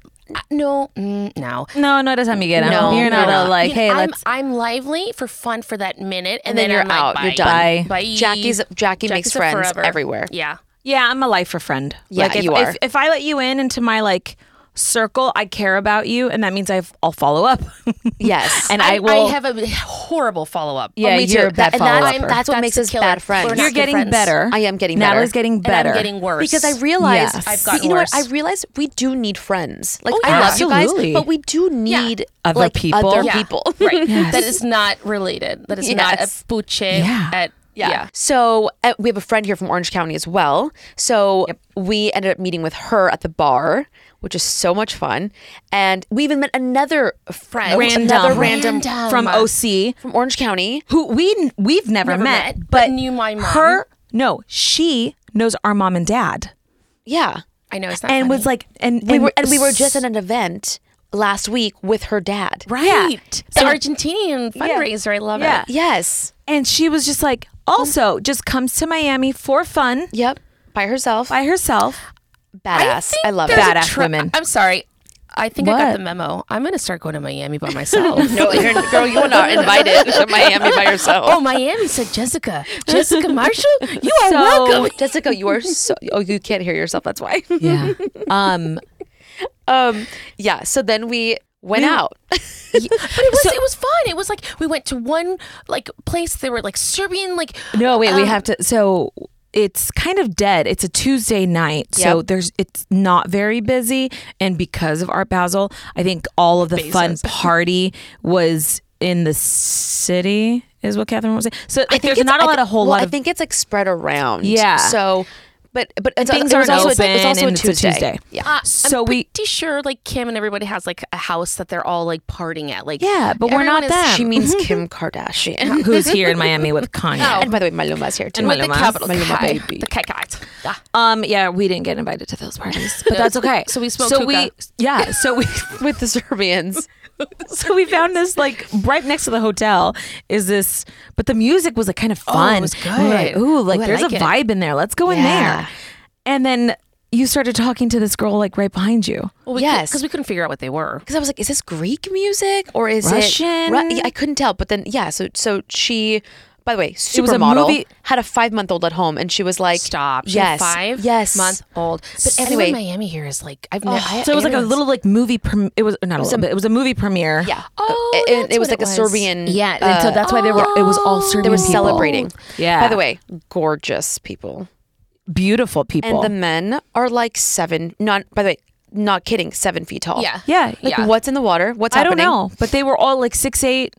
S6: No, mm, no.
S3: No, no, that's how you get out.
S1: No,
S3: You're not
S1: no,
S3: a
S1: no.
S3: like,
S6: You know,
S3: hey,
S6: I'm,
S3: let's.
S6: I'm lively for fun for that minute,
S1: And
S6: and,
S1: then
S6: then,
S1: you're
S6: I'm like,
S1: out. You're
S6: bye.
S1: done.
S6: Bye.
S1: Jackie's Jackie makes
S6: Jackie's a
S1: friends
S6: forever.
S1: everywhere.
S6: Yeah.
S3: Yeah, I'm a lifer friend.
S1: Yeah,
S3: like if,
S1: you are.
S3: If, if I let you in into my like circle, I care about you, and that means I've, I'll follow up.
S1: Yes.
S3: and I,
S6: I,
S3: will.
S6: I have a horrible Oh, follow up.
S3: yeah,
S1: me too.
S3: you're a bad
S1: That- and
S3: follow
S1: that's-
S3: up.
S1: I'm- that's what makes us bad friends.
S3: You're getting better.
S1: I am getting
S3: Natalie's
S1: better.
S3: getting
S6: I'm
S3: better.
S6: getting worse.
S1: because I realized
S3: Yes.
S6: I've
S1: But
S6: gotten
S1: you know
S6: worse. Oh,
S1: what I realized we do need friends. Like
S3: yeah.
S1: I love you
S3: Absolutely.
S1: guys, but we do need
S3: Other
S1: like,
S3: people.
S1: Other
S3: Yeah.
S1: people,
S6: right. That is not related. That is not
S1: Yes.
S6: a buche
S3: Yeah.
S6: at yeah.
S1: So uh, we have a friend here from Orange County as well. So we ended up meeting with her at the bar, which is so much fun. And we even met another friend,
S3: Random.
S1: another random
S6: Random.
S3: from OC
S1: from Orange County.
S3: who we we've never,
S6: Never
S3: met,
S6: met,
S3: but,
S6: but knew my mom.
S3: Her no, she knows our mom and dad,
S1: Yeah,
S6: I know it's not.
S3: and
S6: funny.
S3: was like, and
S1: we were and we were just at an event last week with her dad.
S3: Yeah.
S6: right the Argentinian fundraiser. I love
S3: Yeah.
S6: it.
S1: Yes.
S3: and she was just like also just comes to Miami for fun
S1: Yep. By herself.
S3: by herself.
S1: Badass. I,
S6: think
S1: love it.
S6: there's a
S3: Badass women.
S6: I'm sorry. I think I
S7: What?
S6: got the memo. I'm gonna start going to Miami by myself.
S1: No, you're, girl, you are not invited to Miami by yourself.
S6: Oh, Miami said Jessica. Jessica Marshall, you are
S3: So-
S6: welcome.
S1: Jessica, you are so. Oh, you can't hear yourself. That's why.
S3: Yeah. Um,
S1: um. Yeah. So then we went out.
S6: But it was it was fun. It was like we went to one like place. They were like Serbian like
S3: no, wait, we
S6: um,
S3: have to. So it's kind of dead. It's a Tuesday night. So
S1: Yep.
S3: there's, it's not very busy. And because of Art Basel, I think all of the fun party was in the city, is what Catherine was saying. So like, there's
S1: it's-
S3: not a
S1: I
S3: lot,
S1: thi-
S3: a whole
S1: well,
S3: lot
S1: I
S3: of
S1: think it's like spread around.
S3: Yeah.
S1: So, but but it's,
S3: things
S1: it was
S3: aren't
S1: also,
S3: open.
S1: It was also
S3: and
S1: a
S3: it's a
S1: Tuesday.
S3: Tuesday.
S1: Yeah.
S6: Uh,
S3: So
S6: I'm
S3: we-
S6: pretty sure like Kim and everybody has like a house that they're all like partying at. Like
S3: Yeah, but we're
S6: everyone
S3: not
S6: is-
S3: them.
S1: She means Kim Kardashian.
S3: who's here in Miami with Kanye.
S1: Mm-hmm.
S6: Oh.
S1: And by the way, Maluma's here too.
S3: And
S1: With the
S3: Maluma's.
S1: capital
S3: Maluma
S1: K.
S3: baby.
S1: The K-
S6: Cat. Yeah.
S3: Um, yeah, we didn't get invited to those parties, but that's okay.
S6: So we smoked
S3: So
S6: hookah.
S3: we, yeah. So we,
S1: With the Serbians.
S3: so we found this like right next to the hotel is this, but the music was like kind of fun.
S6: Oh, it was
S3: And we're like,
S6: good.
S3: Ooh, like
S6: Ooh, I
S3: there's
S6: like
S3: a
S6: it."
S3: vibe in there. Let's go in there. And then you started talking to this girl like right behind you.
S6: Well, we
S1: Yes.
S6: because we couldn't figure out what they were.
S1: because I was like, is this Greek music or is it
S3: Russian?
S1: Ru- yeah, I couldn't tell. But then yeah, so so she. By the way,
S3: was a
S1: supermodel
S3: movie-
S1: had a five month old at home, and she was like,
S6: Stop. She
S1: Yes,
S6: was five
S1: yes,
S6: month old. But
S1: anyway-
S6: anyway, Miami here is like I've never.
S3: so it was like a little like movie. Prem- it was not a little, but it was a movie premiere.
S1: yeah.
S6: Oh,
S1: Uh, and
S6: that's
S1: it was
S6: what
S1: like a
S6: it was.
S1: Serbian. uh,
S3: Yeah, and so that's why they were- it was all Serbian
S1: They were
S3: people.
S1: celebrating.
S3: Yeah.
S1: By the way, gorgeous people,
S3: beautiful people.
S1: and the men are like seven. Not by the way, not kidding, seven feet tall.
S6: Yeah.
S3: yeah, like,
S1: Like, What's in the water? What's
S3: I don't
S1: happening?
S3: know, but they were all like six eight.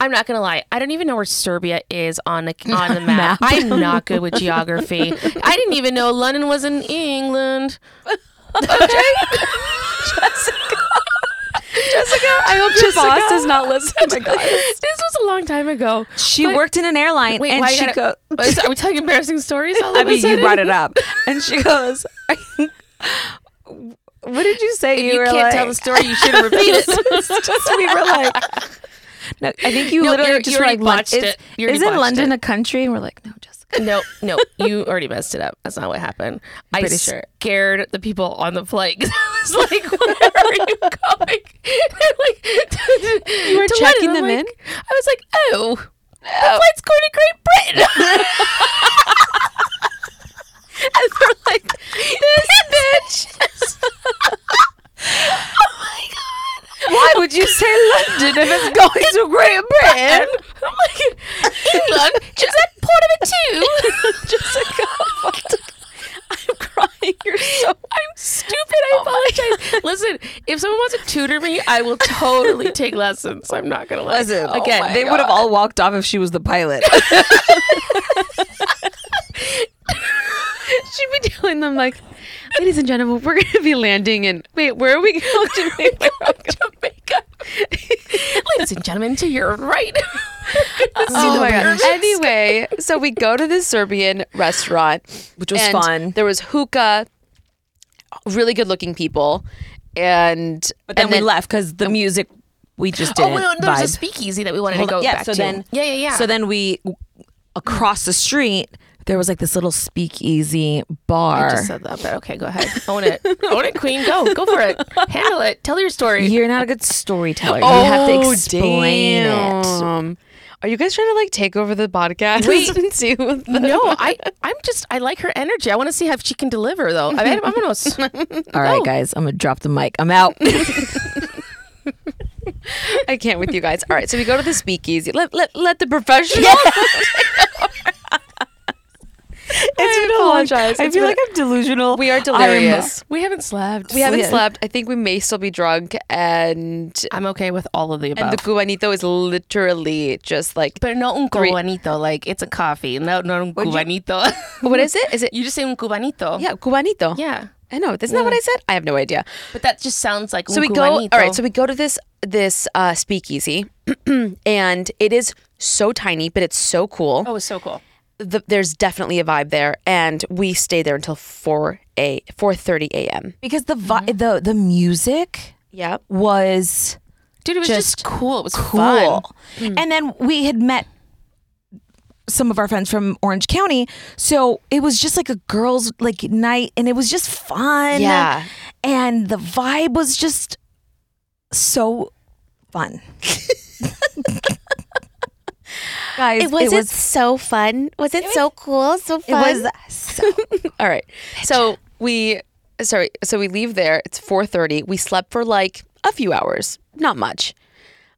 S6: I'm not gonna lie. I don't even know where Serbia is on the on the map. I'm not good with geography. I didn't even know London was in England.
S1: I hope your boss does not listen. Oh my god.
S6: This was a long time ago.
S3: She
S6: But-
S3: worked in an airline,
S6: Wait,
S3: and
S6: why
S3: she
S6: gotta-
S3: go-
S6: Is- Are we telling embarrassing stories? All
S3: I
S6: of a
S3: mean, you
S6: sudden?
S3: brought it up, and she goes, "What did you say?"
S6: You,
S3: were
S6: can't
S3: like,
S6: tell the story. You should repeat it.
S3: just we were like, no, I think you
S6: No,
S3: literally
S6: you're-
S3: just
S6: you
S3: were
S6: already
S3: like, Lon-
S6: botched
S3: is,
S6: it. You already
S3: isn't
S6: botched
S3: London
S6: it.
S3: a country? And we're like, no, Jessica.
S6: No, no, you already messed it up. That's not what happened. I
S3: Pretty sure.
S6: scared the people on the flight 'cause I was like, "Where are you going?" like, you
S1: were checking them in?
S6: I was like, "Oh, the flight's going to Great Britain." and they're like, "This bitch." Oh
S3: Why would you say London if it's going to Great Britain?
S6: I'm like, England is that part of it too? Jessica, I'm crying. You're so I'm stupid.
S1: Oh
S6: I apologize. Listen, if someone wants to tutor me, I will totally take lessons. I'm not gonna lie.
S3: Listen,
S6: Oh
S3: again,
S6: my
S3: they would have
S6: God.
S3: all walked off if she was the pilot.
S1: She'd be telling them like, ladies and gentlemen, we're gonna be landing in wait, where are we going to
S6: Jamaica. Ladies and gentlemen, to your right.
S1: oh my god. Anyway, so we go to this Serbian restaurant, which
S3: was fun.
S1: There was hookah, really good looking people, and
S3: But then,
S1: and
S3: we left because the music we just
S6: Oh
S3: didn't
S6: no, there was a
S3: vibe.
S6: speakeasy that we wanted
S3: Hold
S6: to go
S3: on. yeah,
S6: back
S3: so
S6: to.
S3: then
S6: yeah, yeah, yeah.
S3: So then we across the street there was like this little speakeasy bar.
S6: I just said that, but okay, go ahead. Own it. Own it, Queen. Go. Go for it. Handle it. Tell your story.
S3: You're not a good storyteller. you have
S6: Oh,
S3: to explain it.
S1: damn. Are you guys trying to like take over the podcast and see what the-
S6: No, I, I'm just, I like her energy. I want to see if she can deliver, though. I mean, I'm almost.
S3: All
S6: Oh.
S3: right, guys, I'm gonna drop the mic. I'm out.
S1: I can't with you guys. All right, so we go to the speakeasy. Let let, let the professional. I apologize.
S3: I
S1: It's
S3: feel
S1: been-
S3: like I'm delusional.
S1: we are delirious.
S6: We haven't slept.
S1: We haven't slept. I think we may still be drunk, and
S6: I'm okay with all of the above.
S1: and the cubanito is literally just like.
S6: but no un
S1: Three-
S6: cubanito. Like, it's a coffee. No, no un cubanito.
S1: what is it? Is it?
S6: you just say un cubanito.
S1: yeah, cubanito.
S6: Yeah.
S1: I know. Isn't that what I said? I have no idea.
S6: But that just sounds like
S1: So we go. All right. So we go to this this uh, speakeasy, and it is so tiny, but it's so cool.
S6: oh, it's so cool.
S1: the, there's definitely a vibe there, and we stay there until four a four thirty a.m.
S3: because the vi- the the music
S1: Yep.
S3: was
S6: Dude, it was just,
S3: Just
S6: cool. It was fun.
S3: cool. And then we had met some of our friends from Orange County. So it was just like a girls like night and it was just fun.
S1: Yeah.
S3: And the vibe was just so fun. Guys,
S1: It was, it so fun. Was it, so cool? So
S3: it
S1: fun.
S3: was so
S1: All right. So we sorry, so we leave there. It's 4:30. We slept for like a few hours. Not much.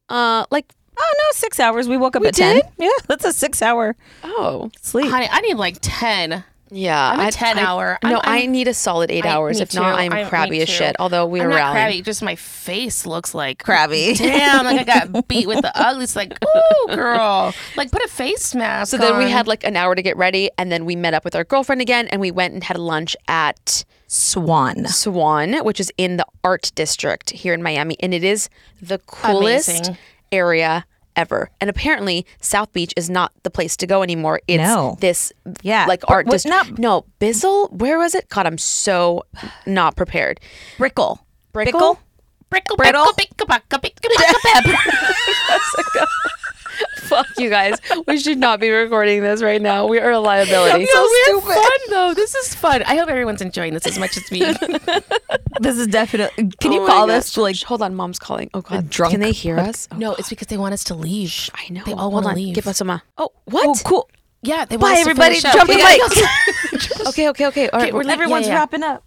S1: Uh like
S3: Oh no, six hours. We woke up at
S1: did?
S3: ten. Yeah, that's a six hour
S1: oh.
S3: sleep.
S4: Honey, I need like 10.
S1: Yeah.
S4: I'm a
S1: I-
S4: 10
S1: I-
S4: hour. I'm-
S1: No, i
S4: I'm-
S1: need a solid 8
S4: I-
S1: hours.
S4: me
S1: If not,
S4: too.
S1: I'm
S4: I- me
S1: crabby as
S4: too.
S1: shit. Although we
S4: I'm
S1: were
S4: not
S1: rallying.
S4: crabby, just my face looks like
S3: Crabby.
S4: Damn, like I got beat with the ugly. It's like, ooh, girl, like put a face mask.
S1: So then we
S4: on.
S1: had like an hour to get ready and then we met up with our girlfriend again and we went and had lunch at
S3: Swan.
S1: Swan, which is in the art district here in Miami, and it is the coolest
S4: Amazing.
S1: area ever. And apparently, South Beach is not the place to go anymore. It's
S3: No.
S1: this
S3: Yeah.
S1: like
S3: Or-
S1: art
S3: was
S1: district.
S3: not-
S1: no, Bizzle, where was it? God, I'm so not prepared.
S3: Brickle.
S1: Brickle?
S3: brittle.
S4: brickle, brickle, bickle, buckle, bickle, buckle, pep.
S1: Fuck you guys. We should not be recording this right now. We are a liability.
S4: No, we're fun though. This is fun. I hope everyone's enjoying this as much as me.
S3: This is definitely. Can
S1: Oh
S3: you
S1: my
S3: call
S1: gosh.
S3: this like?
S1: Shh, hold on, mom's calling. Oh god,
S3: drunk
S1: can they hear us? Oh,
S4: no, it's because they want us to leave.
S1: I know.
S4: They all
S1: Hold
S4: want to
S1: on.
S4: leave.
S1: Give us a ma. Oh, what?
S3: Oh, cool.
S4: yeah, they want
S3: Bye,
S4: us to
S3: everybody.
S4: finish up.
S3: Jump the
S4: We
S3: mic.
S4: gotta go.
S1: Okay, okay, okay. All right,
S4: we're
S1: we're
S4: leaving-
S1: leaving.
S3: Everyone's
S4: yeah.
S3: wrapping up.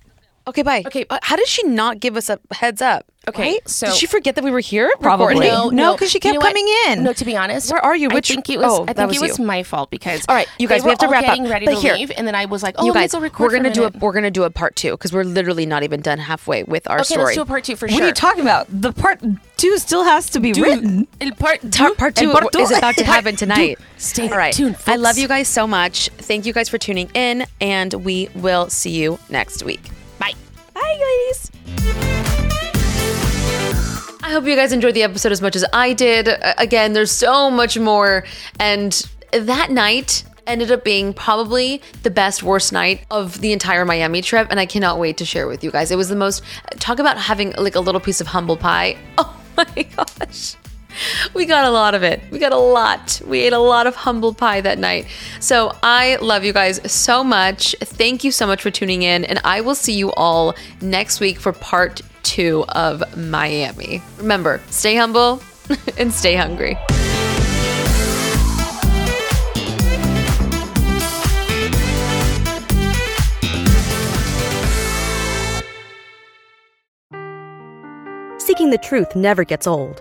S1: Okay, bye.
S4: Okay, uh,
S1: how did she not give us a heads up?
S4: Okay,
S1: Right?
S4: so-
S1: did she forget that we were here?
S3: Probably.
S1: recording?
S3: No,
S4: no,
S3: because she kept
S4: you know what?
S3: coming in.
S4: No, to be honest,
S1: Where are you? Which-
S4: I think it was.
S1: oh,
S4: I think
S1: that
S4: it
S1: was
S4: was
S1: you.
S4: my fault because.
S1: All right, you
S4: they
S1: guys, we
S4: were
S1: have to
S4: all
S1: wrap up.
S4: getting Ready
S1: But
S4: to
S1: here-
S4: leave, and then I was like, "Oh,
S1: you
S4: let me
S1: guys,
S4: go record
S1: we're
S4: for
S1: gonna do a
S4: minute.
S1: we're gonna do a part two because we're literally not even done halfway with our
S4: okay,
S1: story.
S4: let's do a part two for
S3: What
S4: sure.
S3: are you talking about? The part two still has to be written.
S4: El part two,
S1: Tar- part two
S4: el part
S1: is
S4: two.
S1: about to happen tonight.
S4: Stay
S1: All right.
S4: tuned,
S1: I love
S4: folks.
S1: you guys so much. Thank you guys for tuning in, and we will see you next week.
S4: Bye.
S3: Hi, ladies.
S1: I hope you guys enjoyed the episode as much as I did. Uh, Again, there's so much more. And that night ended up being probably the best, worst night of the entire Miami trip. And I cannot wait to share with you guys. It was the most, talk about having like a little piece of humble pie. Oh my gosh. We got a lot of it. We got a lot. We ate a lot of humble pie that night. So I love you guys so much. Thank you so much for tuning in. And I will see you all next week for part two of Miami. Remember, stay humble and stay hungry.
S8: Seeking the truth never gets old.